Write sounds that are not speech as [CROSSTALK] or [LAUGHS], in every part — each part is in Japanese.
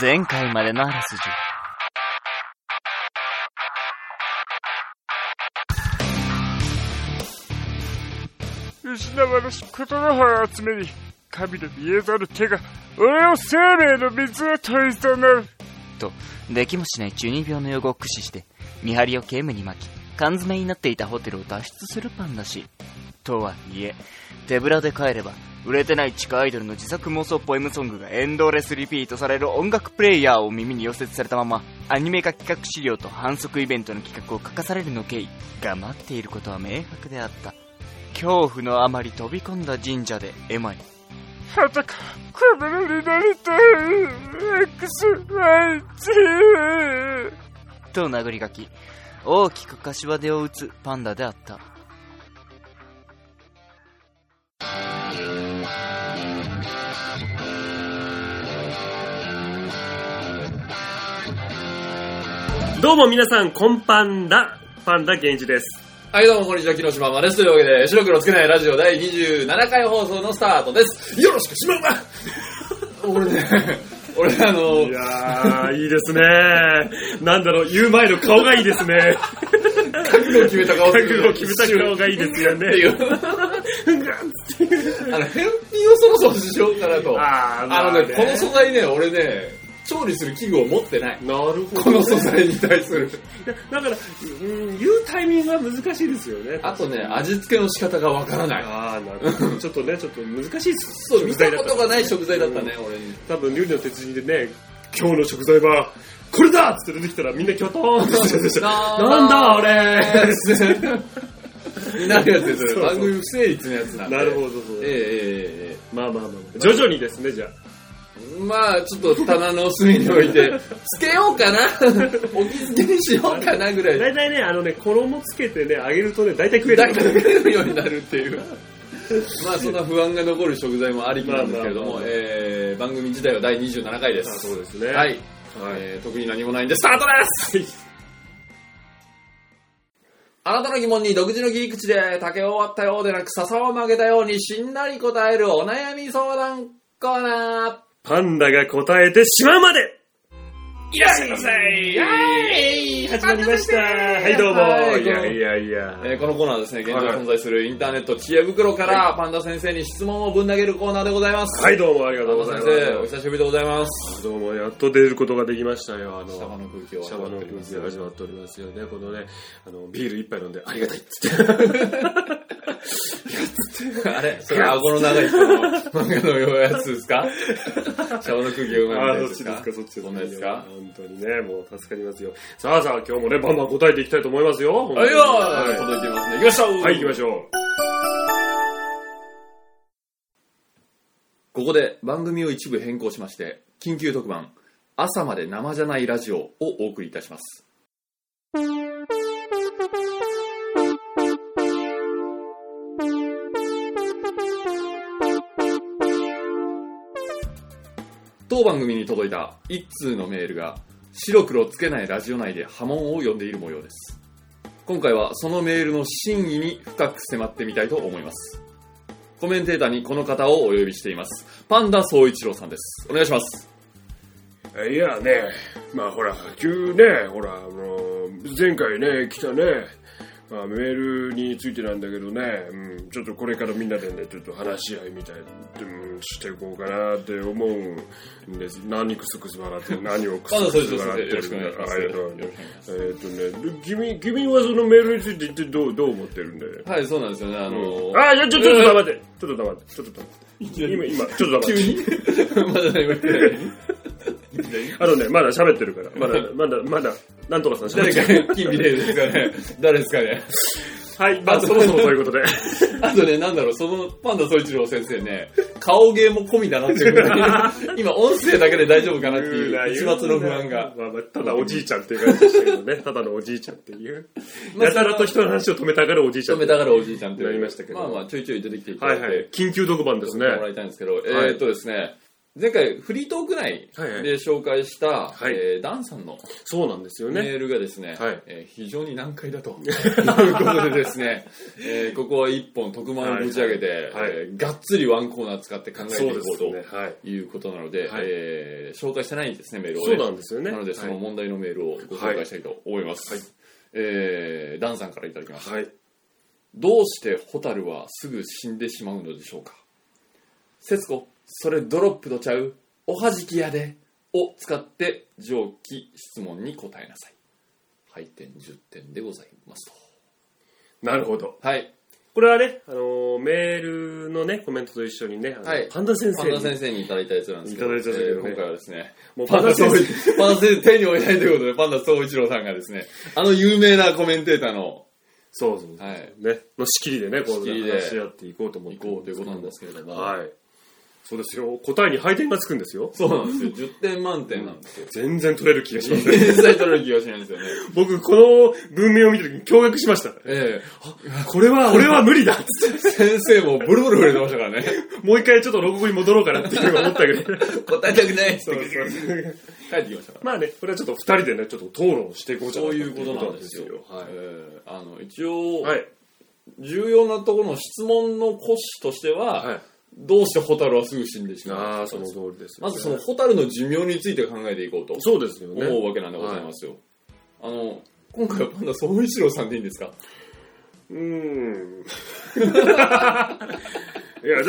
前回までのあらすじ。失われしことの葉を集めに、神の見えざる手が、俺を生命の水へ取り去る。と、できもしない中二病の用語を駆使して、見張りをゲームに巻き、缶詰になっていたホテルを脱出するパンだし。とはいえ、手ぶらで帰れば、売れてない地下アイドルの自作妄想ポエムソングがエンドレスリピートされる音楽プレイヤーを耳に寄せされたまま、アニメ化企画資料と反則イベントの企画を書かされるの経緯が待っていることは明白であった。恐怖のあまり飛び込んだ神社でエマにはたか、クビルになりたい。XYZ。と殴り書き大きく柏手を打つパンダであったどうも皆さん、こんパンダ。パンダ源一です。はい、どうも、こんにちは、木下まです。というわけで、白黒つけないラジオ第27回放送のスタートです。よろしく、しまう [LAUGHS] ま俺ね、俺あのい、やー、いいですね。なんだろう、言う前の顔がいいですね。覚悟を決めた顔覚悟を決めた顔がいいですよねっていう。あの、返品をそろそろしようかなと。あーまああのねね、この素材ね、俺ね、調理する器具を持ってない。なるほこの素だ材に対する。から、うん、言うタイミングは難しいですよね。あとね、味付けの仕方がわからない。あー、なるほど。ちょっとね、ちょっと難しいそ食う、見材ただっこたと。がない食材だったね、俺に。多分、料理の鉄人でね、今日の食材は、これだっつって出てきたらみんなキョトーンってして [LAUGHS] ましたなんだ [LAUGHS] 俺になるやつですそうそうよ。番組不成立のやつなんで。なるほど、そうええええええ。まあまあまあまあ。徐々にですね、じゃあ。まあ、ちょっと棚の隅に置いて、つけよ [LAUGHS] うかな置き付けにしようかなぐらい。大体ね、あのね、衣つけてね、揚げるとね、大体食えだる。いぶ食べるようになるっていう。まあ、そんな不安が残る食材もありきなんですけれどまあもまあまあ、えー番組自体は第27回であす。そうですね。はい。はいえー特に何もないんで、スタートですあなたの疑問に独自の切り口で竹を割ったようでなく笹を曲げたようにしんなり答えるお悩み相談コーナーパンダが答えてしまうまでいらっしゃいませはい始まりましたはい、どうも、はいい、やいやいや。えーこのコーナーはですね、現状存在するインターネット知恵袋からパンダ先生に質問をぶん投げるコーナーでございます。はい、どうもありがパとンうごダざいま先生、おす。久しぶりでございます。どうも、やっと出ることができましたよ。あの、シャバの空気をシャバの味わっており空ます気が味わっておりますよね。このね、あの、ビール一杯飲んで、ありがたいっつって。 [LAUGHS] あれそれ、顎の長い人の漫画のやつです [LAUGHS] かシャワの空気あを埋めあ、るそっやちですか、つそっちですか。こんなやつですか本当にね、もう助かりますよ。さあさあ、今日もね、バンバン答えていきたいと思いますよ。はいよーい、は届いてますね。行きましょうい、はい、行きましょここで番組を一部変更しまして、緊急特番、朝まで生じゃないラジオをお送りいたします。当番組に届いた一通のメールが白黒つけないラジオ内で波紋を呼んでいる模様です今回はそのメールの真意に深く迫ってみたいと思いますコメンテーターにこの方をお呼びしていますパンダ総一郎さんですお願いしますう。いやね、まあほら、急ね、ほら、あの、前回ね、来たね、まあ、メールについてなんだけどね、うん、ちょっとこれからみんなでね、ちょっと話し合いみたい、うん、していこうかなって思うんです。何クスクス笑 [LAUGHS] って、何をクスパンダク総ス一郎先笑生ってよろしくお願いしますありがとうございますよろしくお願いしまえすーっとね、で君、君はそのメールについて一体どう、どう思ってるんだよ。はいそうなんですよねあのーああ、いや、ちょ、ちょっと黙って。ちょっと黙って。ちょっと黙って。今、今、ちょっと黙急って。に [LAUGHS] まだ何も言ってないあのね、まだ喋ってるから。まだ、まだ、まだ、なんとかさん喋誰ってる。か金美玲ですかね誰ですかねはい、まあ、そもそもそういうことで。あとね、なんだろう、そのパンダ総一郎先生ね、顔芸も込みだなっていうぐら [LAUGHS] い今、音声だけで大丈夫かなっていう、 [LAUGHS] 一末の不安が。まあまあ、ただおじいちゃんっていう感じでしたけどね。た [LAUGHS] だのおじいちゃんっていう。やたらと人の話を止めたがるおじいちゃん。止めたがるおじいちゃんっていうなりましたけどまあまあ、ちょいちょい出てきていたはだいいて、はい。緊急特番ですねも。らいたいんですけど、えーっとですね、前回フリートーク内はいはいで紹介した、はいえーダンさんのそうなんですよメね。ールがですね、はいえー非常に難解だと [LAUGHS] いうことでですね、えーここは一本特番をぶち上げて、はいえーがっつりワンコーナー使って考えてそいうこでうすとね。はい。いうことなので、はいえー紹介してないんですね、メールを、そうね。なんですよね。なので、その問題のメールをご紹介したいと思います。はいえーダンさんからいただきました。はい。はい。どうしてホタルはすぐ死んでしまうのでしょうか節子、それドロップとちゃう、おはじきやで、を使って上記質問に答えなさい。配点10点でございますなるほど。と。はい。これはね、あのーメールのね、コメントと一緒にね、あのはいパンダ先パ生ンダに先生にいただいたやつなんですけど、いただいたやつだけどねえー今回はですね、もうパパンンダダ総総一一 [LAUGHS] パンダ先生手に負えないということで、パンダ総一郎さんがですね、あの有名なコメンテーターのそうそうそう。はいね。の仕切りでね、こう仕切りで話し合っていこうと思って行こうということなんですけれども、はい。そうですよ。答えに配点がつくんですよ。そうなんですよ、10点満点なん [LAUGHS] ですよ。全然取れる気がしま天すね。才取れる気がしないんですよね。 [LAUGHS] 僕、この文明を見た時に驚愕し [LAUGHS] ました。えこれは、これは無理だえ先生もブルブル震えてましたからね。もう一回ちょっとロゴ語に戻ろうかなっていうのを思 [LAUGHS] ったけど。答えたくないっつそうってそう帰ってきましたか [LAUGHS] まあね、これはちょっと二人でね、ちょっと討論していこうら。じゃなそういかいうことなんですよ。はいええあの一応、はい。重要なところの質問の骨子としては、はい。どうしてホタルはすぐ死んでしまうのかああ、その通りですよまね、ずそのホタルの寿命について考えていこうとそうですよね。思うわけなんでございますよ。あの、今回はパンダ総一郎さんでいいんですかうーん。 [LAUGHS] いや、だだか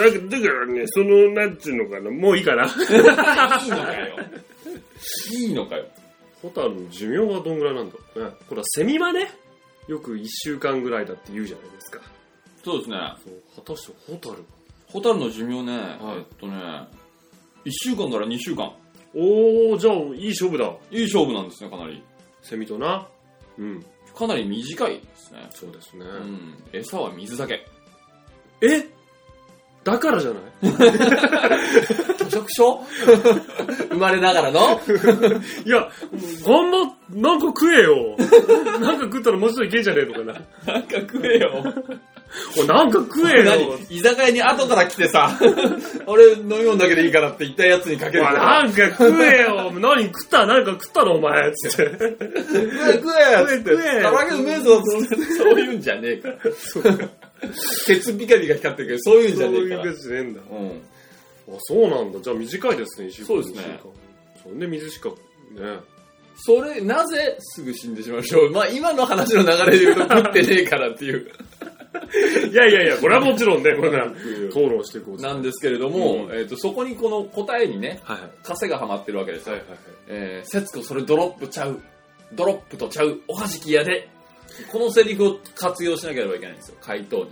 らね、その、なんていうのかな、もういいかな。いいのかよ。いいのかよ。ホタルの寿命はどんぐらいなんだろうね。これはセミはね、よく一週間ぐらいだって言うじゃないですか。そうですね。そう果たしてホタルはホタルの寿命ね、はいえっとね、1週間から2週間。おー、じゃあ、いい勝負だ。いい勝負なんですね、かなり。セミとな。うん、かなり短いですね。そうですね。うん。餌は水だけ。えだからじゃない捕食症生まれながらのいや、頑張っ、なんか食えよ。 [LAUGHS] なんか食ったらもうちょっといけんじゃねえのかな。なんか食えよ。おいなんか食えよ何。居酒屋に後から来てさ、俺飲み物だけでいいからって言ったやつにかけるおいから。なんか食えよ。何食った何か食ったのお前。つって。食え食え食え食え唐揚げうめえぞつってそういうんじゃねえから。鉄ピカピカ光ってるけど、そういうんじそゃうねいえうからや。つねえんだ。うん。あ、そうなんだ。じゃあ短いですね、一週間。そうですね一週間。そんで水しか、ね。それ、なぜすぐ死んでしまうでしょう。まあ今の話の流れで言うと食ってねえからっていう。 [LAUGHS] いやいやいや、これはもちろんね、これな、討論していこう。なんですけれども、うえっとそこにこの答えにね、はいはい。枷がはまってるわけですよ。はいはいはい。えー、節子それドロップちゃう。ドロップとちゃう。おはじきやで。このセリフを活用しなければいけないんですよ、回答に。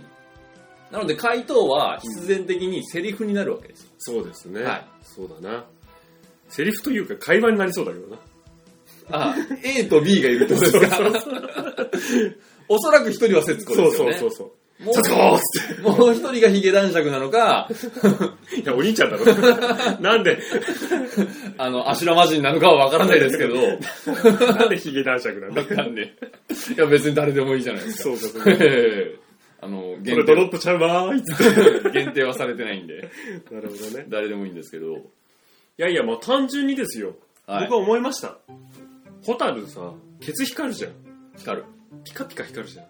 なので回答は必然的にセリフになるわけですよ。そうですね。はいそうだな。セリフというか会話になりそうだけどな。あ、A と B がいるってことですかおそらく一人は節子そでうすよそうね。そうそう。もうちょっとっもう一人がヒゲ男爵なのか、つって。いや、お兄ちゃんだ [LAUGHS] ろ。なんで、あの、アシュラマジンなのかはわからないですけど、なんでヒゲ男爵なんだわ。かんねえ。いや、別に誰でもいいじゃないですか。 [LAUGHS] そうかそうえか。こえ [LAUGHS] あの、限れドロップちゃうわーいっつっ定、 [LAUGHS] 限定はされてないんで、て。なるほどね。誰でもいいんですけど、いやいや、まあ単純にですよ。はい僕は思いました。ホタルさ、ケツ光るじゃん。光る。ピカピカ光るじゃん。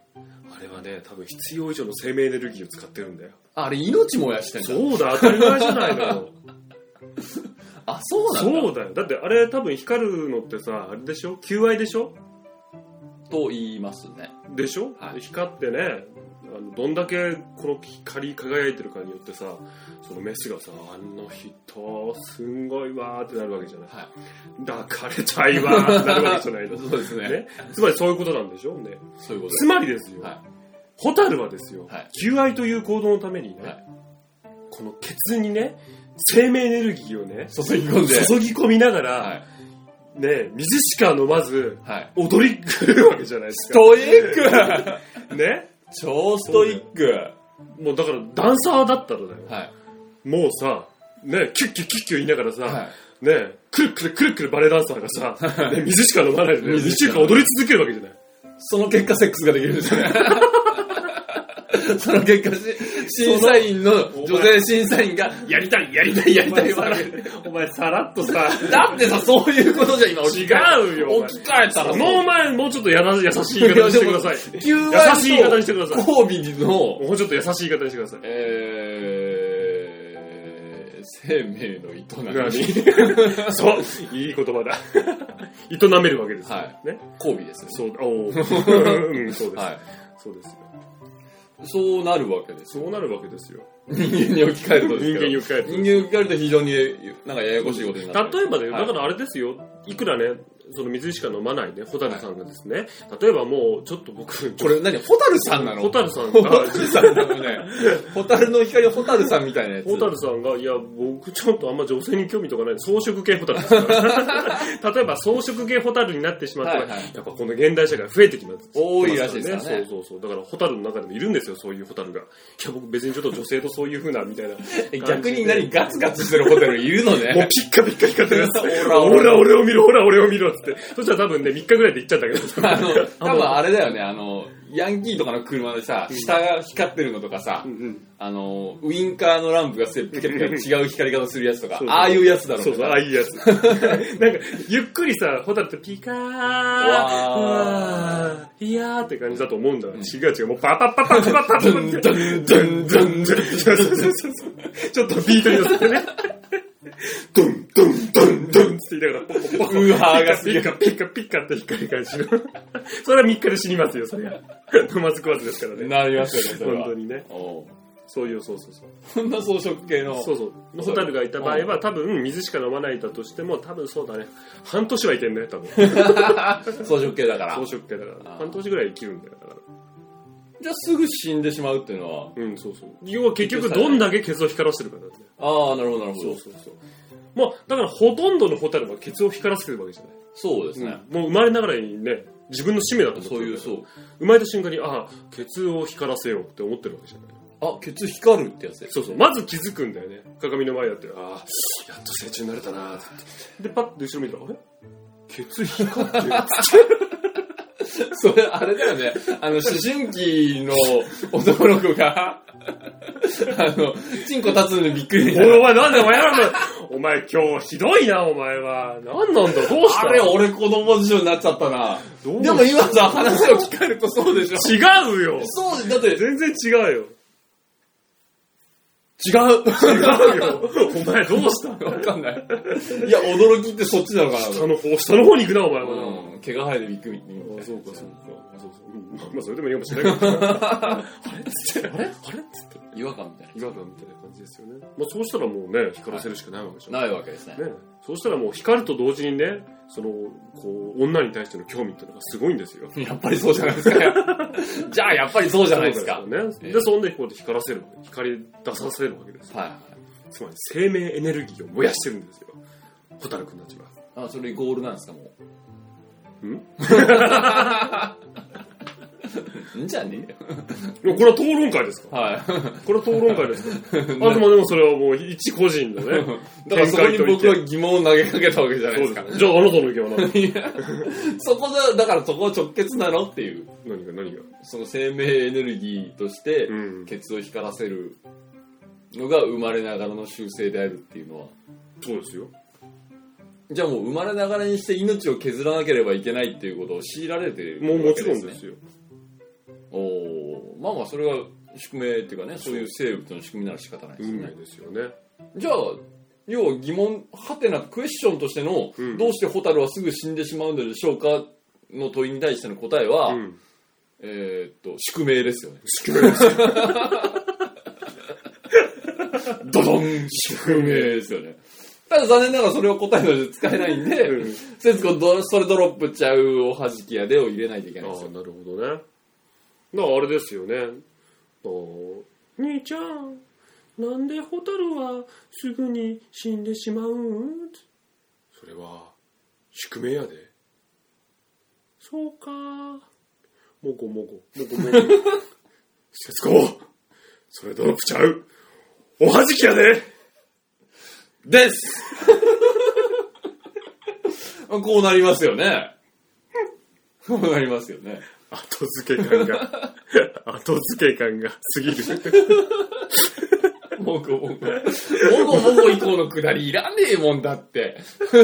あれはね、多分必要以上の生命エネルギーを使ってるんだよ。ああれ、命燃やしてんだ。そうだ、当たり前じゃないの [LAUGHS] よ。あ、そうなんだ。そうだよ。だってあれ多分光るのってさ、あれでしょ求愛でしょと言いますね。でしょ、はい光ってねあのどんだけこの光り輝いてるかによってさそのメスがさ「あの人すんごいわ」ってなるわけじゃないは「い。抱かれたいわ」ってなるわけじゃない [LAUGHS] の、そうですね。ね、つまりそういうことなんでしょうねそういうことつまりですよ、はホタルはですよ、はい求愛という行動のためにね、はいこのケツにね生命エネルギーをねです。注ぎ込んで。注ぎ込みながら、はい。ね水しか飲まずはい。踊り狂うわけじゃないですストイックかね [LAUGHS] 超ストイックもうだからダンサーだったらだよはい。もうさ、ね、キュッキュッキュッキュッ言いながらさ、はい。ね、くるくるくるくるバレエダンサーがさ、ね、水しか飲まないで、ね、水2し週か間踊り続けるわけじゃない。 [LAUGHS] その結果セックスができるんですよね。その結果し、審査員の女性審査員が、やりたい、やりたい、やりおた前い言わされる。お前さらっとさ、だってさ、そういうことじゃん、今置き換え。違うよお前置き換えたらそさの前もうちょっとやら優しい言い方してください。 9優しい言い方してください。神戸の、もうちょっと優しい言い方してください。えー、生命の [LAUGHS] 営み。何そう、いい言葉だ。 [LAUGHS] 営めるわけですよ。はね。神戸ですね。そう、 [LAUGHS] おーうん、そうです。はい。そうですよ。そうなるわけです。そうなるわけですよ。人間に置き換えるとです人間けど。に置き換えると [LAUGHS] 人間に置き換えると非常に、なんかややこしいことになる。例えばだよ、はいだからあれですよ、いくらね、その水しか飲まないね、ホタルさんがですね、例えばもう、ちょっと僕、これ何ホタルさんなのホタルさんホが、 [LAUGHS] タルさんなのね。ホタルの光ホタルさんみたいなやつ。ホタルさんが、いや、僕ちょっとあんま女性に興味とかない、装飾系ホタル [LAUGHS] ですから。例えば装飾系ホタルになってしまったら、はいはいやっぱこの現代社会増えてきます。多いらしいですからねそうそうそう。だからホタルの中でもいるんですよ、そういうホタルが。いや、僕別にちょっと女性とそういう風な、みたい [LAUGHS] な。え逆に何ガツガツしてるホタルいるのもう [LAUGHS] ね。ピッカピッカ光ってるやつ。ほほらら、ほら俺を見ろ、ほら、俺を見ろっつって。そしたら多分ね、3日ぐらいで行っちゃったけど。 [LAUGHS] あの、多分あれだよね、あの、ヤンキーとかの車でさ、下が光ってるのとかさ、あの、ウインカーのランプがせピカピカ違う光り方するやつとかそ、うそうああいうやつだろそうそう、ああね。いうやつ。なんか、ゆっくりさ、ホタルってピカー、わーわー、いやーって感じだと思うんだ。違う違う、もうパパパパパパパドパっンて。ドンドンドンドンそうそうそうそう。ちょっとビートに乗せてね。ドンドンドンドンって言いながら、ポコポコうわーがすげえピカピカピカって光り返しの。それは3日で死にますよ、それは。飲まず食わずですからね。なりますよね、それ本は当。にね。おうそういう、そうそうそう。こんな装飾系の。そうそう。ホタルがいた場合は、多分水しか飲まないだとしても、多分そうだね。半年はいけんね、多分。装飾系だから。草食系だからあー半年ぐらい生きるんだよだかじゃあすぐ死んでしまうっていうのは。らうんそうそう要は結局どんだけケツを光らせてるかだよねああ、なるほど、なるほそどう。そうそうまあだからほとんどのホタルはケツを光らせてるわけじゃないそうですね。もう生まれながらにね自分の使命だと思ってそういう、るそう。生まれた瞬間にああケツを光らせようって思ってるわけじゃないあ、ケツ光るってやつです。そうそうまず気づくんだよね鏡の前だってああやっと成虫になれたなーってでパッと後ろ見たらあ [LAUGHS] れケツ光ってるそれ、あれだよね。あの、思春期の男の子が、あの、チンコ立つのにびっくりみおたいいな。お前なんだよお前やるのお前今日ひどいなお前は何なんだどうしたあれ、俺子供辞書になっちゃったな。どうでも今さ、話を聞かれるとそうでしょ。違うよそうで、だって、違全然違うよ。う。違うよ。お前どうしたわかんない。いや、驚きってそっちなのかな下の方、下の方に行くな、お前は。うん、毛が生えてびっくり。うんそうか、そうか。そうそう。まあ、それでもいいかもしれないけど。あれっつって、あれあれっつって。違和感みたい違和感みたいな感じですよね。まあ、そうしたらもうね、光らせるしかないわけじゃん。な。ないわけですね。ね。そうしたらもう光ると同時にね、その、こう、女に対しての興味ってのがすごいんですよ。やっぱりそうじゃない [LAUGHS] ですか。じゃあ、やっぱりそうじゃないですか。そうだよね。ええで、そんでこうやって光らせる、光り出させるわけです。はいはい。つまり生命エネルギーを燃やしてるんですよ。ホタル君たちは。あ、それゴールなんですか、も [LAUGHS] う。んじゃねえいやよ。これは討論会ですかはい。。これは討論会ですかあくまでもそれはもう一個人のね [LAUGHS] だからそこに僕は展疑問を投げかけたわけじゃな開いといてですかそう。ですねじゃああなたの意見は何 [LAUGHS] そこだ、だからそこは直結なのっていう。何が何がその生命エネルギーとしてう、ん。ケツを光らせるのが生まれながらの習性であるっていうのは。そうですよ。じゃあもう生まれながらにして命を削らなければいけないっていうことを強いられてるもうもわちけろんですねですよ。おーまあまあそれが宿命っていうかねそういう生物の仕組みなら仕方ないですよ運命ね、ですよね。じゃあ要は疑問はてなクエスチョンとしての、うんどうしてホタルはすぐ死んでしまうのでしょうかの問いに対しての答えは、うん。えーっと宿命ですよね宿命ですよ。ドドン宿命ですよねただ残念ながらそれを答えとして使えないんで、うん節子どそれドロップちゃうおはじきやでを入れないといけあないあですよ、なるほどね。だからあれですよね。あー兄ちゃん、なんでホタルはすぐに死んでしまうんそれは、宿命やで。そうか。もこもこ、も [LAUGHS] こもこ。節子、それドロップちゃう。おはじきやで。です [LAUGHS] こうなりますよね。こうなりますよね。 [LAUGHS] 後付け感が、後付け感がすぎる。もごもご。もごもご以降のくだりいらねえもんだって。 [LAUGHS]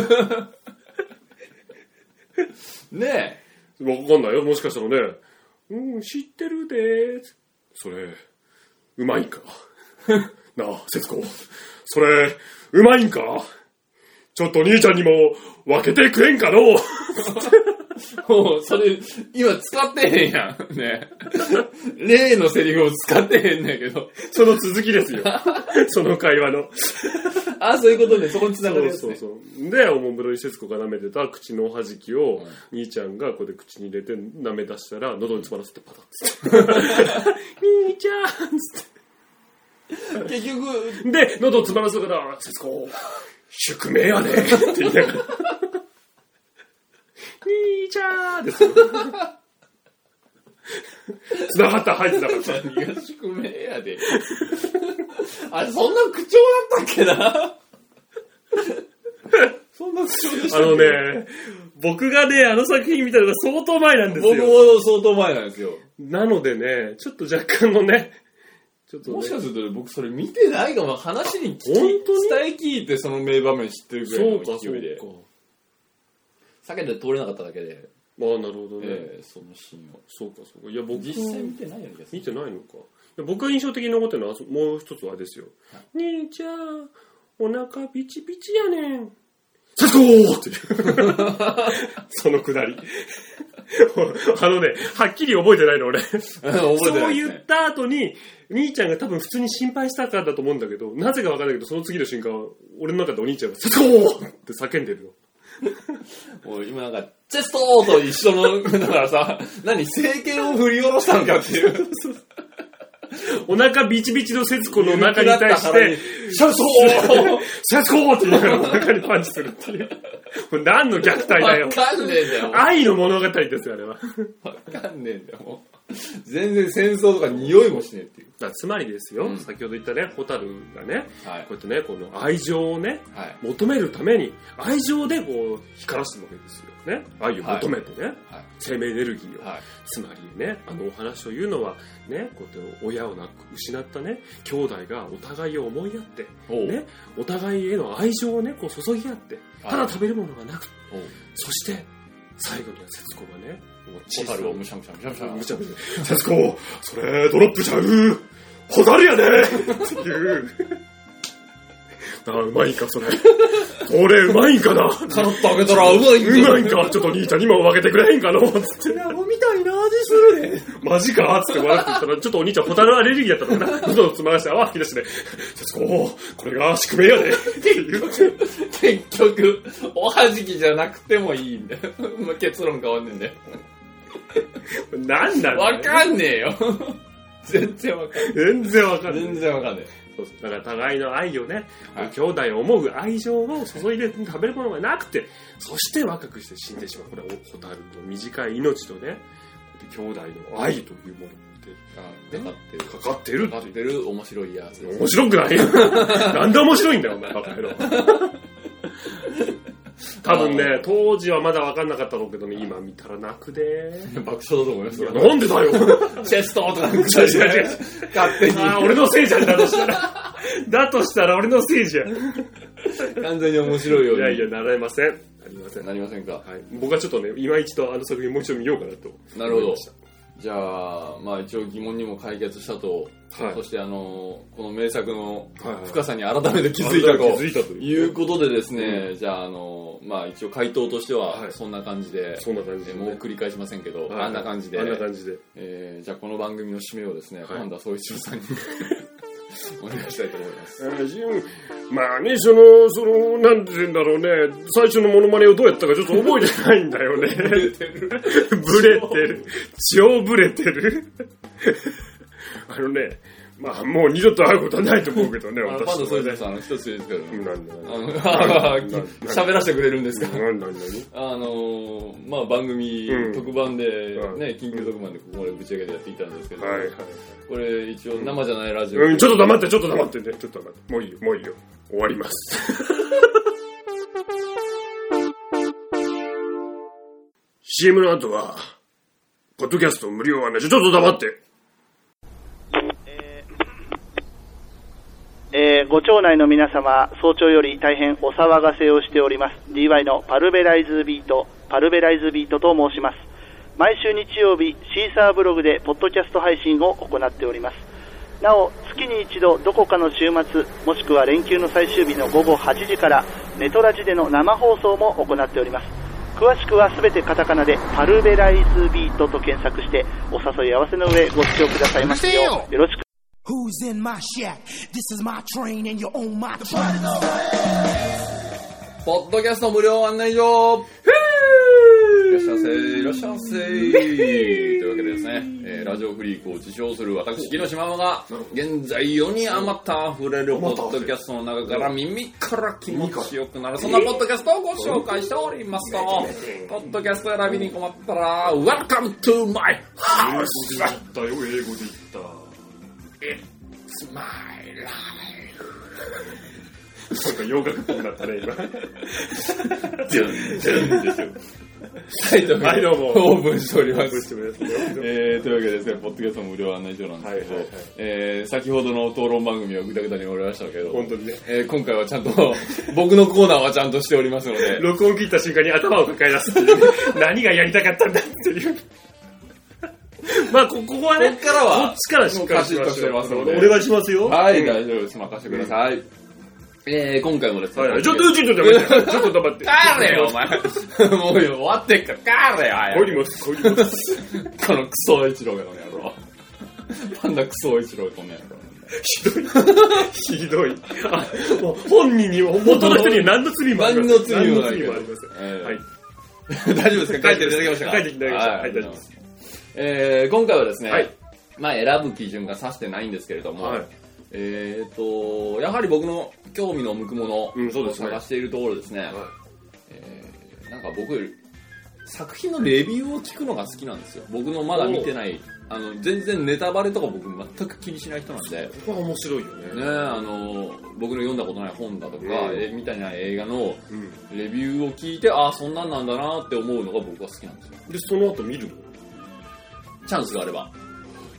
ねわかんないよ、もしかしたらね。うん、知ってるでーす。それ、うまいん [LAUGHS] か。なあ、節子。それ、うまいんかちょっと兄ちゃんにも分けてくれんかのうえ。もう、それ、今使ってへんやん。ねえ。例のセリフを使ってへんねんけど。その続き [LAUGHS] ですよ。その会話の。あ、そういうことね。そこに繋がるやつそうね。そうそう。で、おもむろに節子が舐めてた口のはじきを、兄ちゃんがここで口に入れて舐め出したら、喉に詰まらせてパタッつって。兄ちゃんつって。結局、で、喉を詰まらせたから、節子、宿命やねって言いながら。兄ちゃんですよ。繋がった、入ってたからさ。何が宿命やで。あれ、そんな口調だったっけなそんな口調でしたあっけのね、僕がね、あの作品見たのが相当前なんです僕よ。も相当前なんですよ。なのでね、ちょっと若干のね、ちょっと、ね、もしかすると僕それ見てないかも。話に聞き本伝え聞いてその名場面知ってるぐらいそうのか、そうか勢いで。。避けて通れなかっただけで、まあ、なるほどね。ええそのシーンを。そうか、そうか。いや、僕、実際見てないような気がす見る。てないのか。いや僕が印象的に残ってるのは、もう一つはあれですよ。兄ちゃん、お腹ピチピチやねん。さこーっていう。 [LAUGHS] そのくだり。 [LAUGHS] あのね、はっきり覚えてないの、俺。 [LAUGHS] 覚そえてなういで言すっね。た後に、兄ちゃんが多分普通に心配したからだと思うんだけど、なぜかわかんないけど、その次の瞬間、俺の中でお兄ちゃんが、さこーって叫んでるの。もう今なんか、チェストーと一緒の、だからさ、 [LAUGHS] 何、政権を振り下ろしたんかっていう。お腹ビチビチの節子の中に対して、シャット節子って言いながらお腹にパンチするっていう。もう何の虐待ーだわよ。かんねえんだよ。愛の物語ですよ、あれは。わかんねえんだよ、もう。全然戦争とか匂いもしねえっていう。つまりですよ、先ほど言ったね、ホタルがね、はいこう。やってね、この愛情をね、はい。求めるために、愛情でこう、光らすわけですよ。ね。愛を求めてね、はい。生命エネルギーを。はい。つまりね、あのお話を言うのは、ね、こうやって親をなく失ったね、兄弟がお互いを思いやって、おうね、お互いへの愛情をね、こう注ぎ合って、はいただ食べるものがなくて、おうそして、最後には節子がね、もうホタルをむしゃむしゃむしゃむしゃ。むちゃむちゃ。節子、それ、ドロップちゃうホタルやでっていう。 [LAUGHS] ああ、うまいんか、それ。これ、うまいんかな。うカロットあげたらうまいまいんか、ちょっと兄ちゃんにも分けてくれへんかのつって。孫みたいな味するね。マジかつって笑ってたら、ちょっとお兄ちゃん、ホタルアレルギーだったのかな。喉を詰まらして泡吐き出してね、節子、これが宿命やでっていう。結局、おはじきじゃなくてもいいんだよ。 [LAUGHS] まあ結論変わんねえんだよ。なんなんだわよかんねえよ。 [LAUGHS] 全然わかんね全然わかんえ。ない。全然わかんねそうそうだから互いの愛をね、はい兄弟を思う愛情を注いで食べるものがなくて、そして若くして死んでしまう。これはホタルの短い命とね、兄弟の愛というものっえ。かかってるて。かかってるかっかてっいう。てる面白いやつ。面白く [LAUGHS] ないなんで面白いんだよ、お前、バカ野郎。多分あねー、当時はまだ分かんなかったろうけどね、今見たら泣くで爆笑だと思いますいや、よ。なんでだ [LAUGHS] よチェストとかなんか違う違う違う [LAUGHS] 勝手に。あー俺のせいじゃん、だとしたら。だとしたら俺のせいじゃん。い完全に面白いように。やいや、なれません。なりません。なりませんか。はい、僕はちょっとね、今一度あの作品もう一度見ようかなとなるほど。じゃあ、まあ一応疑問にも解決したと、はいそしてあの、この名作のはいはい深さに改めて気づいたと。気づいたという。いうことでですね、じゃあ、あの、まあ一応回答としてはは、いそんな感じで、そんな感じでえね、もう繰り返しませんけど、はいあんな感じで、あんな感じで。えーじゃあこの番組の締めをですね、はいパンダ総一 [LAUGHS] 郎さんにお願いしたいと思います。まあね、その、その、なんて言うんだろうね、最初のモノマネをどうやったかちょっと覚えてないんだよね。ブレてる。ブレてる。超ブレてる。あのね、まあもう二度と会うことはないと思うけどね、あのパンダ私総と一ね郎さん、あの一つですけど、うんなんだよあねのな喋らせてくれるんですかなんだよねあのーまあ番組、うん特番で、はいね、緊急特番でここまでぶち上げてやってきたんですけど、はいはい。これ一応生じゃないラジオ、うん、ちょっと黙って、ちょっと黙ってね、ちょっと黙って。もういいよ、もういいよ。終わります。CM の後は、ポッドキャスト無料案内所、ちょっと黙って。えーえーご町内の皆様、早朝より大変お騒がせをしております。DY のパルベライズビート、パルベライズビートと申します。毎週日曜日、シーサーブログでポッドキャスト配信を行っております。なお、月に一度どこかの週末、もしくは連休の最終日の午後8時から、ネトラジでの生放送も行っております。詳しくはすべてカタカナで、パルベライズビートと検索して、お誘い合わせの上ご視聴くださいますよう、よろしく Who's in my shack? This is my train and you're on my track. ポッドキャスト無料案内所いらっしゃいませ、いらっしゃいませ。というわけでですね、えーラジオフリークを自称する私、木島真央が、現在世に余った溢れるポッドキャストの中から耳から気持ちよくなる、そんなポッドキャストをご紹介しておりますと、ポッドキャスト選びに困ったら、Welcome to my house! だよ、英語で言った。 It's my life! なんか洋楽っぽくなったね、 [LAUGHS] 今。タイトルはいどうもオープンしております。してもらえますよえーというわけでですね、ポッドキャストも無料案内所なんですけど、はいはいはいえー先ほどの討論番組はぐだぐだに終わりましたけど、本当にね。えー今回はちゃんと、 [LAUGHS] 僕のコーナーはちゃんとしております [LAUGHS] ので、録音切った瞬間に頭を抱え出すっていうね、 [LAUGHS] 何がやりたかったんだっていう。まあ、こここはね、こっからこはっちからしっかりしましょうもうカチッとしてますので俺はしますよ。はい、大丈夫です。任せてください。えー今回もですね、はいはいちょっと、ちょっと待 [LAUGHS] って、ちょっと黙って。帰れよ、お [LAUGHS] 前。もうよ、終わってっから帰れよ、早こくります、こります。このクソ一郎がこの野郎。パンダクソ一郎がこの野郎。ひどい。あもう本人にも、元の人には何の罪もありません。何の罪もな何のいけど罪もありませんえーはい [LAUGHS] 大丈夫ですか書いていただきましたか書いていただきましたははいい大大丈丈夫夫で。ですえー今回はですね、はいまあ選ぶ基準が指してないんですけれども、はいえっ、と、やはり僕の興味の向くものをうんそうですね探しているところですね、えーなんか僕より作品のレビューを聞くのが好きなんですよ。僕のまだ見てない、あの、全然ネタバレとか僕全く気にしない人なんで、ここは面白いよね、ね。あの僕の読んだことない本だとか、うんえみたいな映画のうんレビューを聞いてああそんなんなんだなって思うのが僕は好きなんですよで、その後見るのチャンスがあれば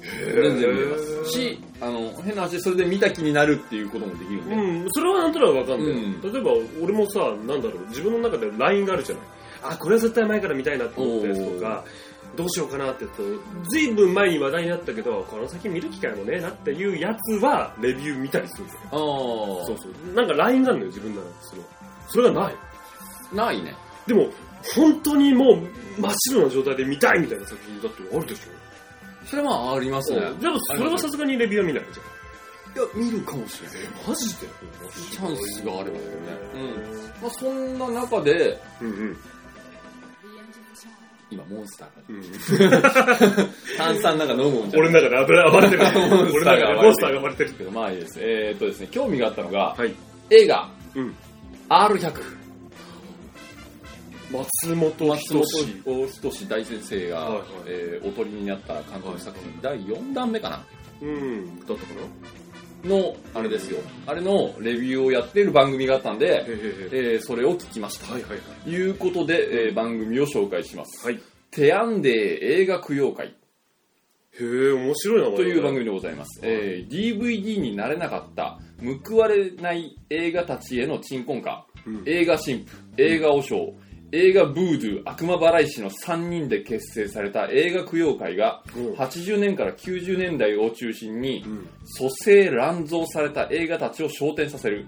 全然見れますしあの変な話それで見た気になるっていうこともできるんで、うん、それはなんとなくわかんない、うん例えば、俺もさ、なんだろう、自分の中でラインがあるじゃない。あ、これは絶対前から見たいなと思ったやつとか、どうしようかなってやつずいぶん前に話題になったけど、この先見る機会もねえなっていうやつは、レビュー見たりするんだよ。ああそうそう。なんかラインがあるのよ、自分なら。そのそれがない。ないねでも、本当にもう、真っ白な状態で見たいみたいな作品だってあるでしょ。それはまあありますねいやでも、それはさすがにレビューは見ないじゃん。見るかもしれないマジでチャンスがあればだよねうん、まあ、そんな中でうんうん。今モンスターうんが炭酸なんか飲むもんじゃな俺いの中で油暴れてる。 [LAUGHS] 俺の中でモンスターが暴れてる。けどまあいいですえーっとですね興味があったのが、はい映画、うん、 R100 松本松人本志。人志大先生が、はいはいえーおとりになった監督作品、第4弾目かなうん。だったかなのあれですよあれのレビューをやってる番組があったんで、へえーそれを聞きました、はいはいはい。ということで、えー番組を紹介します、はいテヤンデー映画供養会へえ、面白いな、という番組。組でございます、えー DVD になれなかった報われない映画たちへの鎮魂歌、うん映画神父映画和尚、映画ブードゥ悪魔払い師の3人で結成された映画供養会がうん80年から90年代を中心にん蘇生乱造された映画たちを昇天させる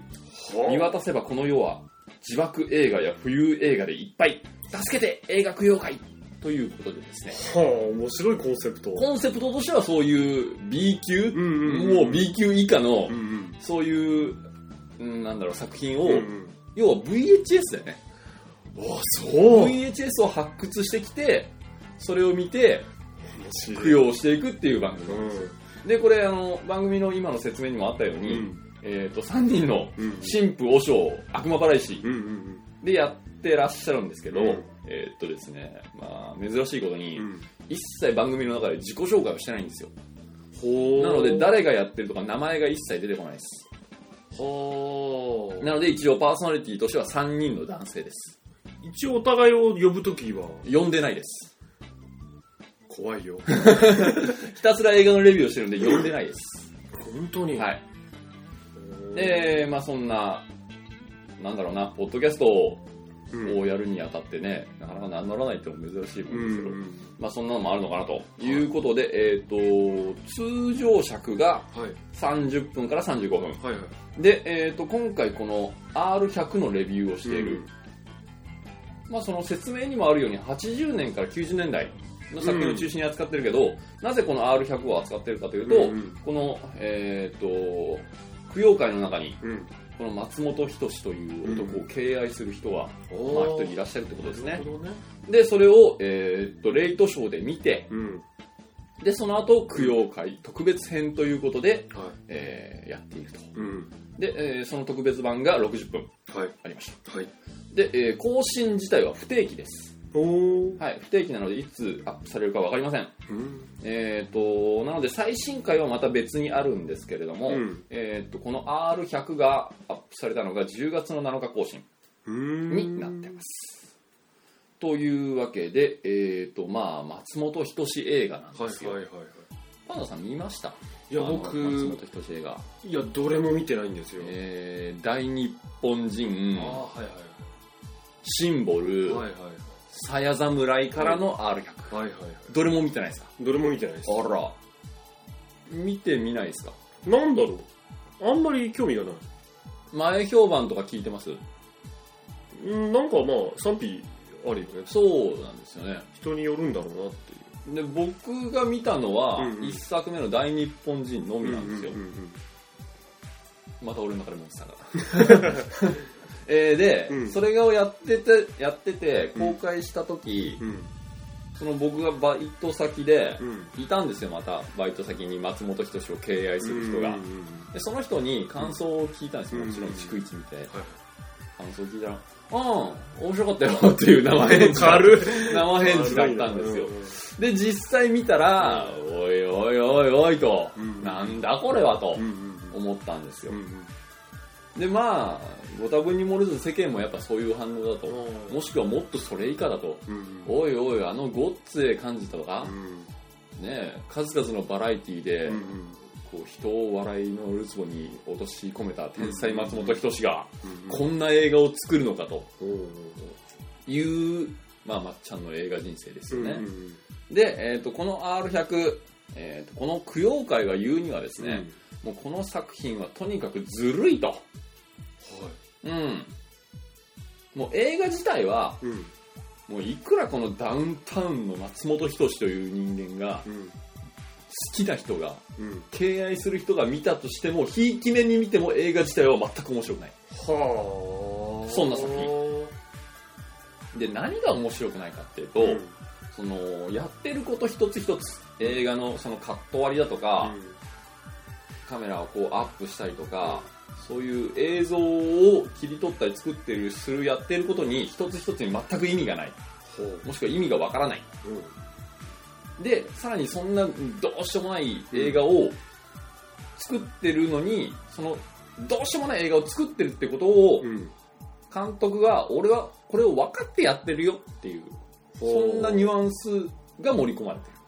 はあ見渡せばこの世は自爆映画や浮遊映画でいっぱい助けて映画供養会ということでですねはあ、面白いコンセプト。コンセプトとしてはそういう B 級、んうんうんもう B 級以下の、うんうん。そういう、うんなんだろう、作品を、うんうん。要は VHS だよね。あ、そう。 VHS を発掘してきて、それを見て、供う養していくっていう番組。ん。で、これ、あの、番組の今の説明にもあったように、うんえっ、と、3人のうん神父、和尚、悪魔払い師うんうんでやってらっしゃるんですけど、うんえっ、とですね、まあ、珍しいことに、うん。一切番組の中で自己紹介をしてないんですよ。ほなので、誰がやってるとか名前が一切出てこないです。ほーなので、一応パーソナリティとしては3人の男性です。一応お互いを呼ぶときは、呼んでないです。怖いよ。ひたすら映画のレビューをしてるんで、呼んでないです。本当に。はい。おーえー、まあそんな、なんだろうな、ポッドキャストをうんやるにあたってね、なかなか名乗らないっても珍しいもうんですけど、んまあそんなのもあるのかなということで、えっ、と、通常尺がはい30分から35分。はいはいで、えー、と今回この R100 のレビューをしている、まあ、その説明にもあるように80年から90年代の作品を中心に扱ってるけど、なぜこの R100 を扱ってるかというと、うんこの、えー、と供養会の中にうんこの松本人志という男を敬愛する人が、おまあ、ー一人いらっしゃるってことですなねるほどねでそれを、えー、とレイトショーで見てうんでその後供養会特別編ということで、はいえーやっているとうんで、えーその特別版が60分はいありましたはいで、えー更新自体は不定期です。おおはい、不定期なので、いつアップされるかわかりません。うんえっ、と、なので最新回はまた別にあるんですけれども、うんえっ、と、この R100 がアップされたのが10月の7日更新うんになってます。というわけで、えっ、と、まあ、松本人志映画なんはでいすよ。はいはいはパンダさん見ましたいいやあの僕松本人志映画。いやどれも見てないんですよえー、大日本人あ、あはいはシンボいル、はいはいさや侍からの R100。はいはいはいどれも見てないですかどれも見てないですあら。見てみないですかなんだろうあんまり興味がない前評判とか聞いてますうんなんかまあ賛否あるよねそうなんですよね。人によるんだろうなっていうで、僕が見たのはうんう、ん一作目の大日本人のみなんですよう。んうんまた俺の中でモンスターが。 [LAUGHS] えーで、うんそれをやってて、やってて、公開した時、うんその僕がバイト先で、うんうんいたんですよ、また、バイト先に松本人志を敬愛する人がうん。うんでその人に感想を聞いたんですよ、うんもちろん逐一見て、はい感想を聞いたら「うん面白かったよ」っていう生返事軽生返事だったんですよで実際見たら「おいおいおいおい」と「うんなんだこれは」とうんうん思ったんですようんうんでまあご多分に漏れず世間もやっぱそういう反応だとうもしくはもっとそれ以下だとんうん「おいおいあのごっつええ感じ」とかう、んねえ数々のバラエティで、うんうんこう人を笑いのルツボに落とし込めた天才松本人志がうんこんな映画を作るのかとうんいう、まあ、まっちゃんの映画人生ですよね。うんうんで、えー、とこの R100、えーとこの供養会が言うにはですね、もうこの作品はとにかくずるいと。うん。もう映画自体は、うんうんもういくらこのダウンタウンの松本人志という人間が、うん好きな人が、うん敬愛する人が見たとしても、ひいき目に見ても映画自体は全く面白くない。はあそんな作で、何が面白くないかっていうと、うんそのやってること一つ一つ映画のそのカット割りだとか、カメラをこうアップしたりとか、そういう映像を切り取ったり作ってるするやってることに一つ一つに全く意味がないもしくは意味がわからない、でさらにそんなどうしようもない映画を作ってるのにそのどうしようもない映画を作ってるってことをうん監督が俺はこれを分かってやってるよっていうほうそんなニュアンスが盛り込まれてるは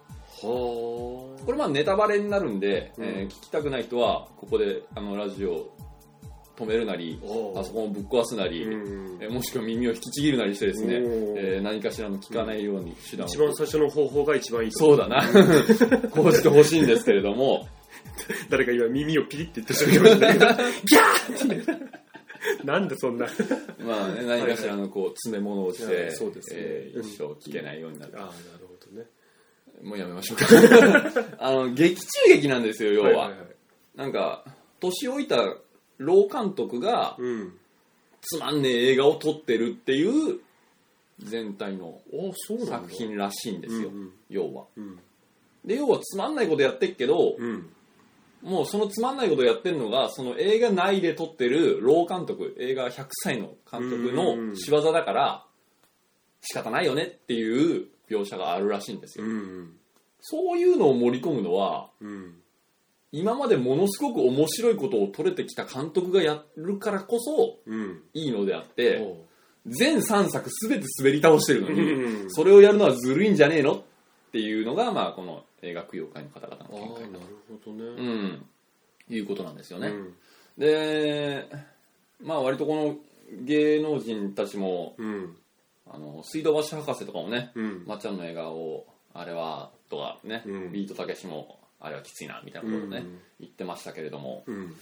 これまあネタバレになるんで、うんえー聞きたくない人はここであのラジオを止めるなりあパソコンをぶっ壊すなり、うんえーもしくは耳を引きちぎるなりしてですね、おーえー何かしらの聞かないように手段を、一番最初の方法が一番いいとそうだな [LAUGHS] こうしてほしいんですけれども誰か今耳をピリって言ってしまいましたけど、ギャーって。なんでそんな。まあ、ね、何かしらのこう詰め物をして、いやそうですねえー一生聞けないようになる、ああ、なるほどね。もうやめましょうか [LAUGHS] あの劇中劇なんですよ要は,、いいいなんか年老いた老監督が、うん。つまんねえ映画を撮ってるっていう全体のあそうなんだ。作。品らしいんですよ、うんうん要はうん。で要はつまんないことやってっけど、うん。もうそのつまんないことやってるのがその映画内で撮ってる老監督映画100歳の監督うんうんうのん仕業だから仕方ないよねっていう描写があるらしいんですよ、うん。そういうのを盛り込むのはうん。今までものすごく面白いことを撮れてきた監督がやるからこそうん。いいのであって、おう全3作全て滑り倒してるのに、うんそれをやるのはずるいんじゃねえのっていうのが、まあ、この映画供養会の方々のああ、な見解るほどうね。ん、いうことなんですよね。うんで、まあ割とこの芸能人たちも、うん。あの、水道橋博士とかもね、うんまっちゃんの映画を、あれは、とかね、うんビートたけしも、あれはきついな、みたいなことをね、うん言ってましたけれども、うん。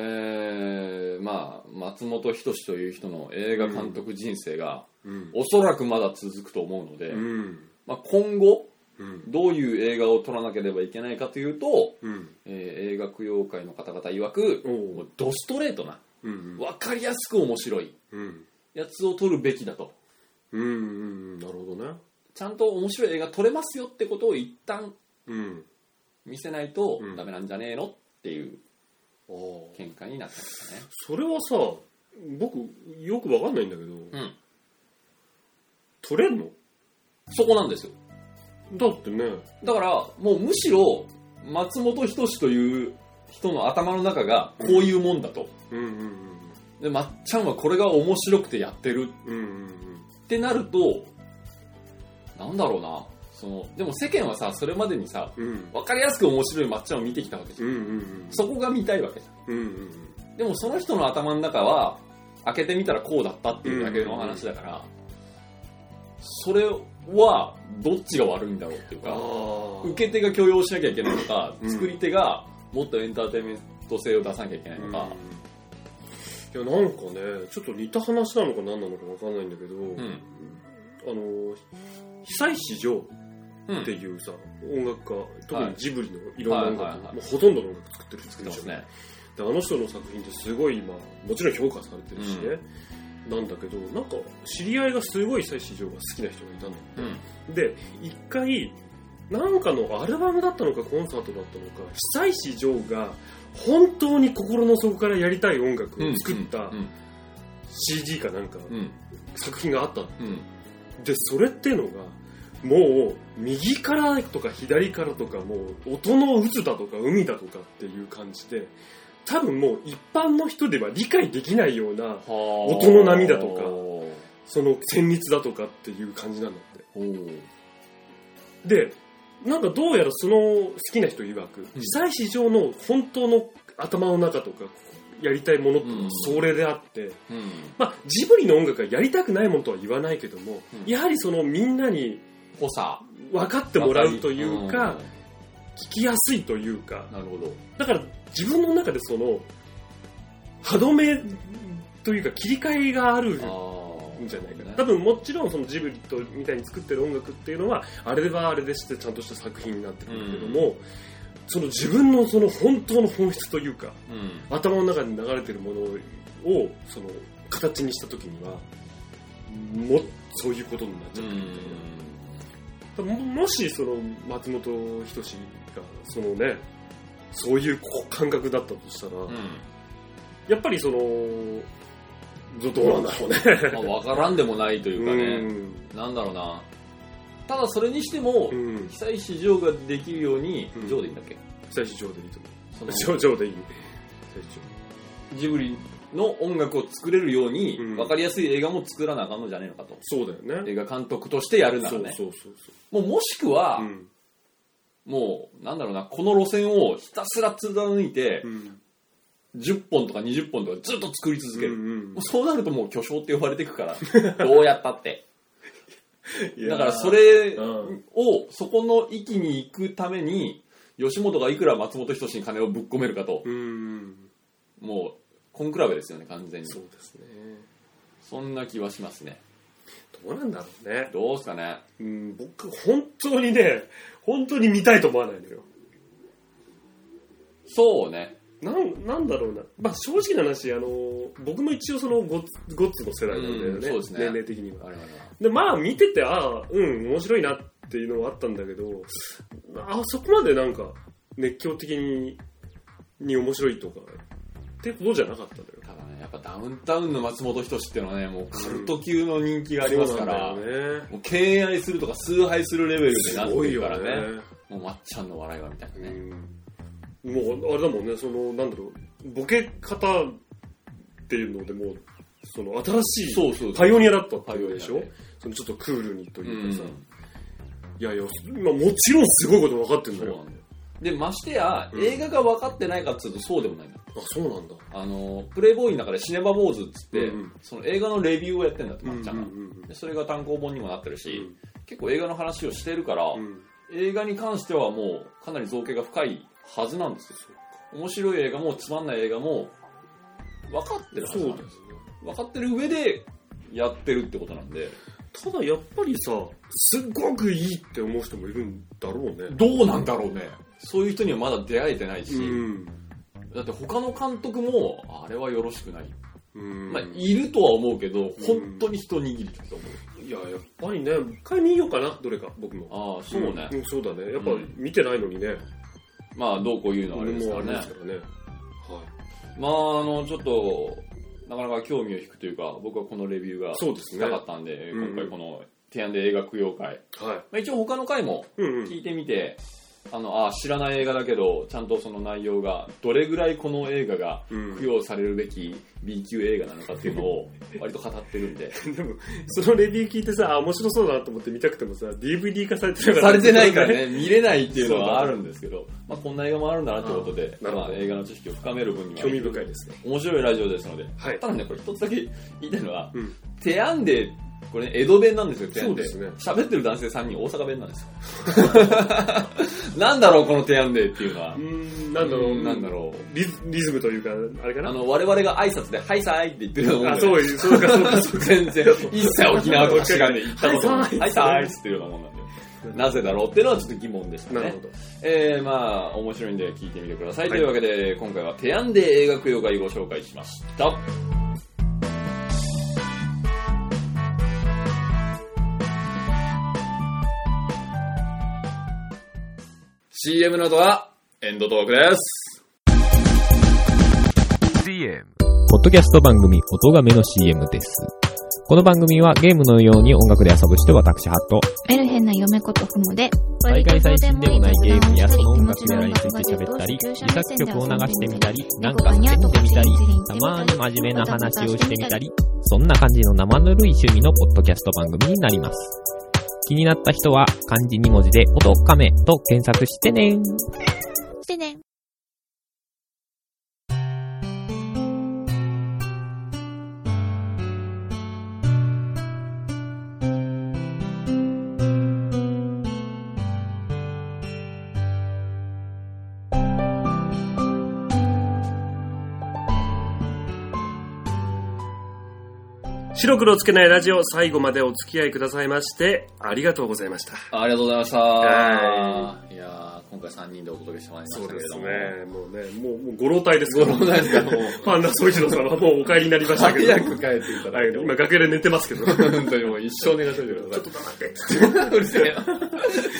えーまあ、松本人志という人の映画監督人生が、うん。おそらくまだ続くと思うので、うん。まあ、今後、うん。どういう映画を撮らなければいけないかというと、うん。えー映画供養会の方々曰く、おうもうドストレートな、うん。わかりやすく面白いうん。やつを撮るべきだと。うん。なるほどね。ちゃんと面白い映画撮れますよってことを一旦うん。見せないとうんダメなんじゃねえのっていうああ。見解になったんですね。それはさ、僕、よくわかんないんだけど、うん。取れんのそこなんですよ。だってね、だから、もうむしろ、松本人志という人の頭の中がこういうもんだと。うんうんで、まっちゃんはこれが面白くてやってるうん。うんうんってなると、なんだろうな。その、でも世間はさ、それまでにさ、うん。うん。わかりやすく面白いまっちゃんを見てきたわけじゃ。うんんうんそこが見たいわけじゃうん。うんうんん。でもその人の頭の中は、開けてみたらこうだったっていうだけの話だから、それは、どっちが悪いんだろうっていうあか、あ。受け手が許容しなきゃいけないのか、うん作り手がもっとエンターテインメント性を出さなきゃいけないのか、うんいや、なんかね、ちょっと似た話なのか何なのかわかんないんだけど、うん。あの、久石譲うん。っていうさ、音楽家、特はにいジブリのいろんな音楽、はいはいはいもうほとんどの音楽作ってる作言ってますね。であの人の作品ってすごい今もちろん評価されてるしね、なんだけどなんか知り合いがすごい久石譲が好きな人がいたのうん。で一回なんかのアルバムだったのかコンサートだったのか久石譲が本当に心の底からやりたい音楽うをん作ったうん。 CD かなんかうん。作品があったのうん。でそれってのがもう右からとか左からとかもう音の渦だとか海だとかっていう感じで多分もう一般の人では理解できないような音音の波だとかほその旋律だとかっていう感じなんだってう。でなんかどうやらその好きな人曰く、うん久石上の本当の頭の中とかやりたいものってうんそれであって、うん。まあ、ジブリの音楽はやりたくないものとは言わないけども、うんやはりそのみんなに補佐。分かってもらうというか、聞きやすいというかうん、なるほど。だから自分の中でその歯止めというか切り替えがあるあんじゃないかなね多分もちろんそのジブリとみたいに作ってる音楽っていうのはあれはあれでしてちゃんとした作品になってくるけども、その自分のその本当の本質というかあ。うん。頭の中に流れてるものをその形にした時にはもそういうことになっちゃってるみたいな。ももしその松本人志がそのねそういうこう感覚だったとしたら、うん。やっぱりそのどどうなんだろうね。まあ、わからんでもないというかね。なんだろうな。ただそれにしてもう、ん、被災市場ができるようにう、んジョーでいいんだっけ最初上でいいと思。 [LAUGHS] そうの上上でいい。最初ジブリの音楽を作れるようにう、んわかりやすい映画も作らなあかんのじゃねえのかと。そうだよね。映画監督としてやるなそらうね。そうそうそもうもしくはう。う、ん。もう、なんだろうな、この路線をひたすら貫いてう、ん。 10本とか20本とかずっと作り続けうる。んもうそうなるともう巨匠って呼ばれていくから、 [LAUGHS] どうやったって。うんだからそれうんを、そこの域に行くために、吉本がいくら松本人志に金をぶっ込めるかと、うん。もう、コンクラベですよね、完全に。そうですね。そんな気はしますね。どうなんだろうね。どうすかね。うん、僕、本当にね、本当に見たいと思わないのよ。そうね。なんなんだろうな、まあ、正直な話あの僕も一応そのゴッツゴッツの世代なんだようんね,、そうですね年齢的には我々は。でまあ見ててああうん面白いなっていうのはあったんだけどあそこまでなんか熱狂的にに面白いとかってことじゃなかったんだよただね、やっぱダウンタウンの松本人志っていうのはね、もうカルト級の人気がありますから、そうなんだよねもう敬愛するとか崇拝するレベルでなすってごいるよからね。ねもうまっちゃんの笑いはみたいなね。うんもうあれだもんねそのなんだろうボケ方っていうのでもうその新しいそうそうパイオニアだったってパイいうオニアででしょそのちょっとクールにとういうかさ、んいやいや、まあ、もちろんすごいこと分かってるんそだうなよんだよ。で、ましてや、映画が分かってないかっつうとそうでもないんだ。あ、そうなんだ。あの、プレイボーイの中でシネバ坊主っつって、うんうんその映画のレビューをやってんだって、まっちゃんが、うんうんうんで。それが単行本にもなってるし、うん結構映画の話をしてるから、うん。映画に関してはもうかなり造形が深いはずなんですよ。面白い映画もつまんない映画も分かってるはそうずなだんでよす。分かってる上でやってるってことなんで、ただやっぱりさ、すっごくいいって思う人もいるんだろうね。どうなんだろうね。そういう人にはまだ出会えてないし、うん。だって他の監督も、あれはよろしくない。うん。まあ、いるとは思うけど、本当に一握りだと思う。いや、やっぱりね、一回見ようかな、どれか、僕も。ああ、そうね。んんそうだね。やっぱ見てないのにね。まあ、どうこう言うのはあ俺れですかもあられね。ですからね。はい。まあ、あの、ちょっと、なかなか興味を引くというか、僕はこのレビューがそうですねなかったんで、うん今回この、提案で映画供養会。はい。まあ、一応他の回もうんうん。聞いてみて、あの、あ知らない映画だけど、ちゃんとその内容が、どれぐらいこの映画がうん供養されるべき B 級映画なのかっていうのを、割と語ってるんで。でも、そのレビュー聞いてさ、あ面白そうだなと思って見たくてもさ、DVD [LAUGHS] 化されてなかさったれてないから。ね、 [LAUGHS] 見れないっていうのはあるんですけど、まあ、こんな映画もあるんだなってことで、なるほまどあ、映画の知識を深める分には、興味深いですね。面白いラジオですので、はいただね、これ一つだけ言いたいのは、うんテアンデこれね、江戸弁なんですよ、テアンデそうで喋ってる男性3人大阪弁なんですよ。 [LAUGHS] なんだろう、このテアンデっていうのはう。ん、なんだろう。なんだろう。リズリズムというか、あれかあな。の、我々が挨拶で、はいさーいって言ってるのもんあ、でそういう、 [LAUGHS] そうか、そうか。全然、一切沖縄とか違うんで行ったことはないさーい。いはいさーいっつってるようなもんなんで。なぜだろうっていうのはちょっと疑問でしたね。なるほど。えー、まあ、面白いんで聞いてみてください。というわけで、今回は提案で映画供養会ご紹介しました。CM の後は、エンドトークです。ポッドキャスト番組、音がめの CM です。この番組はゲームのように音楽で遊ぶ人私ハット、メルヘンな嫁子とふもで、毎回最新でもないゲームやその音楽やらについて喋ったり、自作曲を流してみたり、なんかしてみてみたり、たまに真面目な話をしてみたり、そんな感じの生ぬるい趣味のポッドキャスト番組になります。気になった人は漢字2文字で音かめと検索してねしてね。白黒つけないラジオ、最後までお付き合いくださいまして、ありがとうございました。ありがとうございました。はいやー、今回3人でお届けしてまいりそましうたけでれすども。ね。もうね、もう、もうご老体ですご老体ですかももうう。 [LAUGHS] パンダ総一郎さんはもうお帰りになりましたけど。早く帰っていたはだいいて。今、楽屋で寝てますけど。ちょっ本当にもう一生寝かせてください。と黙って。うるせえよ。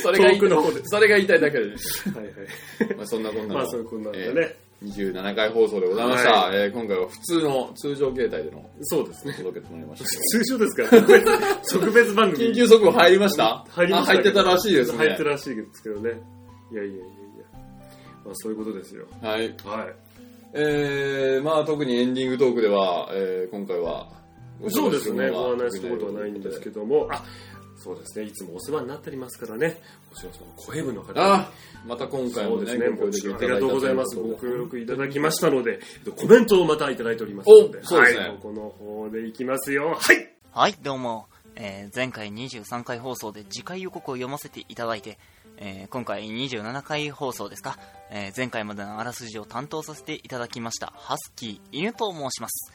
それが言い遠くの方でそれが言いたいだけで。はいはい。まあそんなこんなの。まあ、そういうこんなんでえね。ー27回放送でございました。はえー今回は普通の通常形態でのそうですおね。届けとなりましたけ通常ですから、特別 [LAUGHS] 特別番ど。緊組急速報入りました入りましたあ入ってたらしいですね。入ってたらしいですけどね。いやいやいやいや。まあ、そういうことですよ。はい。はい。えー、まあ特にエンディングトークでは、えー今回は、そうですね、ごご紹介案内すしるたもこのとははないんですけども、あそうですね、いつもお世話になっておりますからね、こちらの声部の方にあまた今回そもうね、ですね、ごも協ちろんありが力いただいたとうございます。とうごことで協力いただきましたので、えっとコメントをまたいただいておりますので、おそうですねはい、この方でいきますよ。はいはい、どうも。えー前回23回放送で次回予告を読ませていただいて、えー今回27回放送ですか、えー前回までのあらすじを担当させていただきました、ハスキー犬と申します。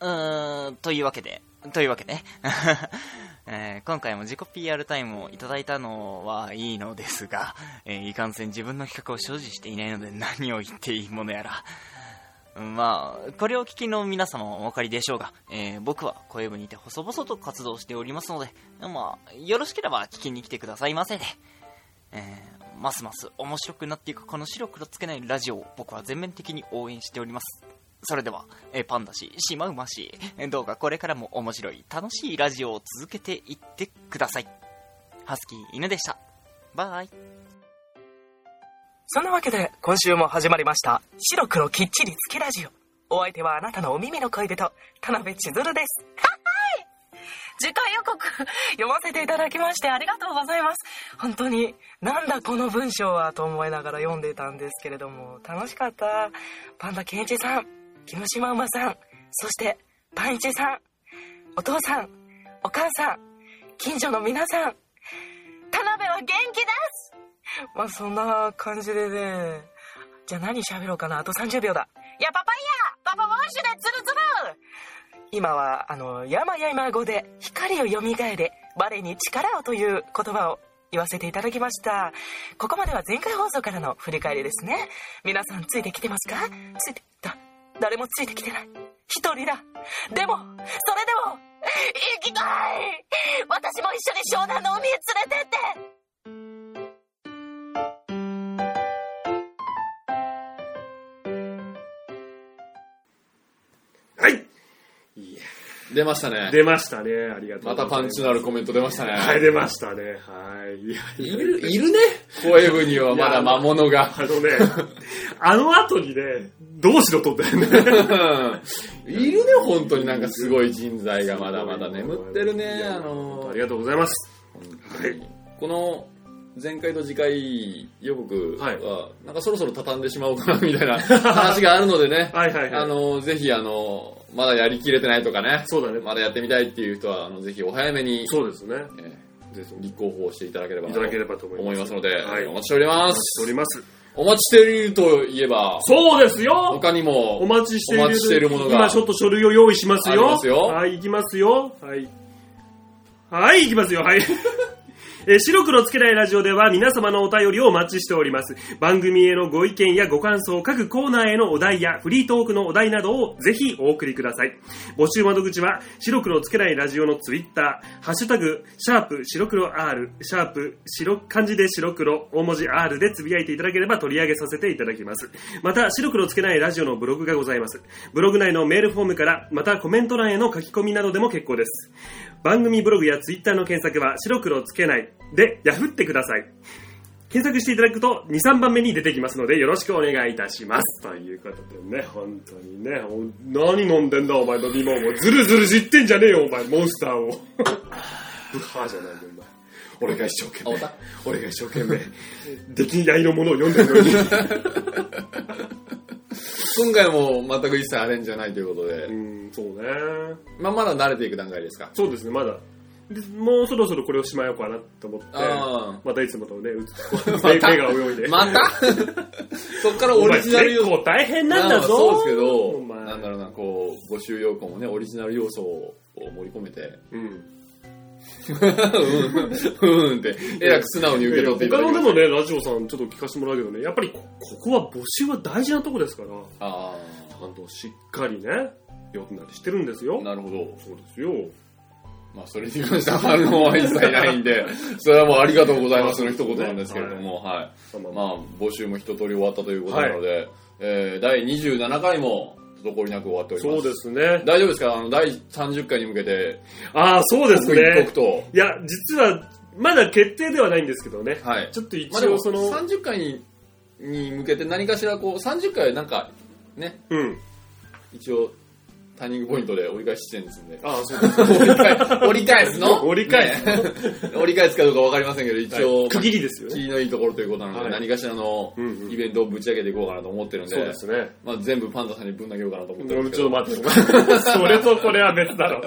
うーん、というわけで、というわけで、 [LAUGHS] えー今回も自己 PR タイムをいただいたのはいいのですが、えーいかんせん自分の企画を所持していないので何を言っていいものやら。まあ、これをお聞きの皆様はお分かりでしょうが、えー僕は声部にて細々と活動しておりますので、まあ、よろしければ聞きに来てくださいませで、えーますます面白くなっていくこの白黒つけないラジオを僕は全面的に応援しております。それでは、えーパンダ氏、シマウマ氏、えーどうかこれからも面白い、楽しいラジオを続けていってください。ハスキー犬でした。バイ。そんなわけで今週も始まりました「白黒きっちりつけラジオ」お相手はあなたのお耳の恋人田辺千鶴ですはい次回予告読ませていただきましてありがとうございます本当になんだこの文章はと思いながら読んでたんですけれども楽しかったパンダケンイチさん木ムシマウマさんそしてパンイチさんお父さんお母さん近所の皆さん田辺は元気ですまあそんな感じでねじゃあ何喋ろうかなあと30秒だいやパパイヤパパウォッシュでツルツル今はあの「山やま語で光をよみがえれ我に力を」という言葉を言わせていただきましたここまでは前回放送からの振り返りですね皆さんついてきてますかついてだ誰もついてきてない一人だでもそれでも行きたい私も一緒に湘南の海へ連れてってはい出ましたね。出ましたね。ありがとまうございます。たパンチのあるコメント出ましたね。はい、出ましたね。はい。いや、いる、いるね。声部にはまだ魔物があ。のね、あの後にね、どうしろとったよ [LAUGHS] ね。いるね、本当になんかすごい人材がまだまだ眠ってるね。あのありがとうございます。この前回と次回予告は、はいなんかそろそろ畳んでしまおうかなみたいな話があるの [LAUGHS] でね、はいはいはい。あのぜひあのまだやりきれてないとかね、そうだね。まだやってみたいっていう人はあのぜひお早めに、そうですね。えー立候補していただければいなたとだければと思い思まいす。ますので、はいお待ちしております。おります。お待ちしているといえば、そうですよ他にもお待ちしている。お待ちしているものが今ちょっと書類を用意しますあよ。りますよはい、行きますよ。はい。はい、行きますよ。はい。 [LAUGHS] えー白黒つけないラジオでは皆様のお便りをお待ちしております。番組へのご意見やご感想、各コーナーへのお題やフリートークのお題などをぜひお送りください。募集窓口は白黒つけないラジオのツイッター、ハッシュタグ、シャープ白黒 R、シャープ白、漢字で白黒、大文字 R でつぶやいていただければ取り上げさせていただきます。また、白黒つけないラジオのブログがございます。ブログ内のメールフォームから、またコメント欄への書き込みなどでも結構です。番組ブログやツイッターの検索は白黒つけないでヤフってください検索していただくと2、3番目に出てきますのでよろしくお願いいたします。ということでね、本当にね、お何飲んでんだお前飲み物もうずるずる知ってんじゃねえよお前、モンスターを。ブハーじゃないんだよお前。俺が一生懸命、俺が一生懸命、出来合いのものを読んでるのに。今回も全く一切アレンジじゃないということでう、ん、そうね。まあ、まだ慣れていく段階ですか。そうですね、まだ。でもうそろそろこれをしまようかなと思ってあ、またいつもとね、うつ [LAUGHS] 目が泳いで。またそっからオリジナル要お前結構素。大変まなあんまあだぞ。そうですけおど、前なんだろうな、こう、募集要項もね、オリジナル要素を盛り込めて、うん。うん、うんって、えらく素直に受け取っていた他だきのま。ですもね、ラジオさんちょっと聞かせてもらうけどね、やっぱりこここは募集は大事なとこですから、ちあゃんとしっかりね、読んだりしてるんですよあ、。なるほど。そうですよ。まあ、それに関しては反応は一切ないんで、それはもうありがとうございますの一言なんですけれども、はい。まあままあ、募集も一通り終わったということなので、えー第27回も滞りなく終わってあおります。そうですね。大丈夫ですかあの、第30回に向けて、ああ、そうです刻一刻ね。と。いや、実は、まだ決定ではないんですけどね。はい。ちょっと一まあで応も、その、 30回にに向けて何かしら、こう、30回なんか、ね、うん。一応、ターニングポイントで折り返し地点です [LAUGHS] んで。ああ、そうです。折り返す折り返すの折り返すね [LAUGHS] 折り返すかどうかわかりませんけど、 [LAUGHS] 一応、区切りですよね。気のいいところということなので、はい何かしらのうんうんイベントをぶち上げていこうかなと思ってるんで、そうですね。まあ、全部パンダさんにぶん投げようかなと思ってちるょんっですけどと、待って、 [LAUGHS] それとこれは別だろ。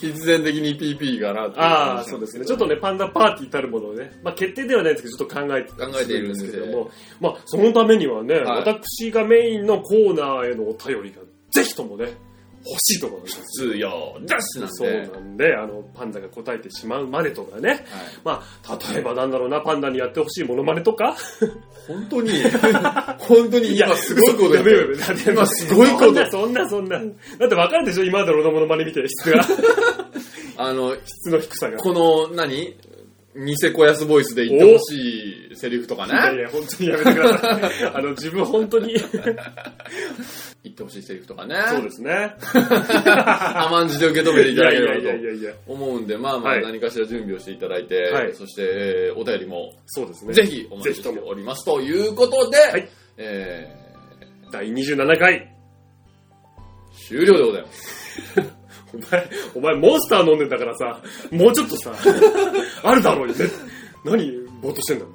必然的に PP かなっていああ、話そなんうですね。けちょどっとね、パンダパーティーたるものをね、まあ決定ではないですけど、ちょっと考えて考えているんですけどもまあそのためにはね、はい私がメインのコーナーへのお便りが、ぜひともね、欲しいところなんです。通用ダッシュなんで。そうなんで、あの、パンダが答えてしまうまでとかね。はいまあ、例えばなんだろうな、パンダにやってほしいモノマネとか。本 [LAUGHS] 当に、本当に今すごいことやめようやよ。めようだって今すごいことそんな、そんな、そんな。だってわかるでしょ今までのモノマネ見て、質 [LAUGHS] が、あの、質の低さが。この、何ニセコヤスボイスで言ってほしいセリフとかいやいね。や、本当にやめてください。あの、自分本当 [LAUGHS] に。そ言ってほしいセリフとかね。うですね。甘んじて受け止めていいただやけいやれいやいばやいや、と思うんで、まあまあはい何かしら準備をしていただいて、はいそして、えーお便りもそうですね。ぜひお待ちしておりますということで、いえ第27回。ー終了でございます。お前、 [LAUGHS] お前モンスター飲んでんだからさ、もうちょっとさ、あるだろうよね。何ぼーっとしてんだもん。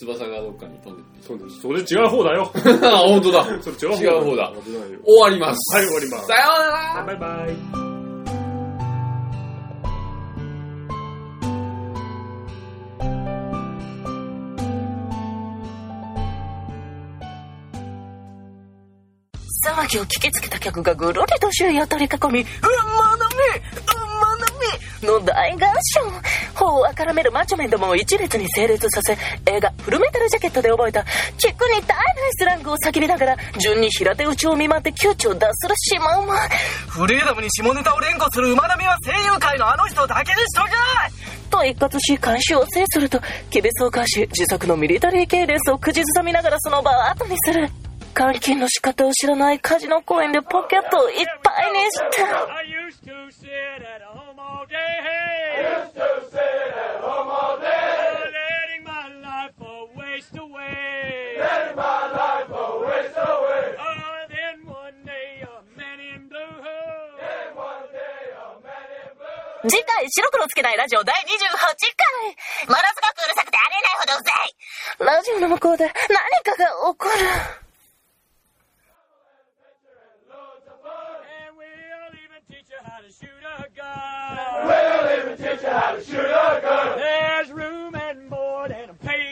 翼がどっかに飛んでって [LAUGHS] そうです。それ違う方だよ。あ、本当だ。それ違う方違う方だ危ないよ。終わります。はい、終わりますさ。ようならバイバイ。騒ぎを聞きつけた客がぐるりと周囲を取り囲み「うんまなみうんまなみ」の大合唱頬をあからめるマチョメンどもを一列に整列させ映画「フルメタルジャケット」で覚えたキックに耐えないスラングを叫びながら順に平手打ちを見舞って窮地を脱するシマウマフリーダムに下ネタを連呼する馬並みは声優界のあの人だけにしとけと一括し監視を制するとケベスをかわし自作のミリタリー系列を口ずさみながらその場を後にする監禁の仕方を知らないカジノ公園でポケットをいっぱいにして。次回、白黒つけないラジオ第28回ものすごくうるさくてありえないほどうざいラジオの向こうで何かが起こる。 There's room and board and a pay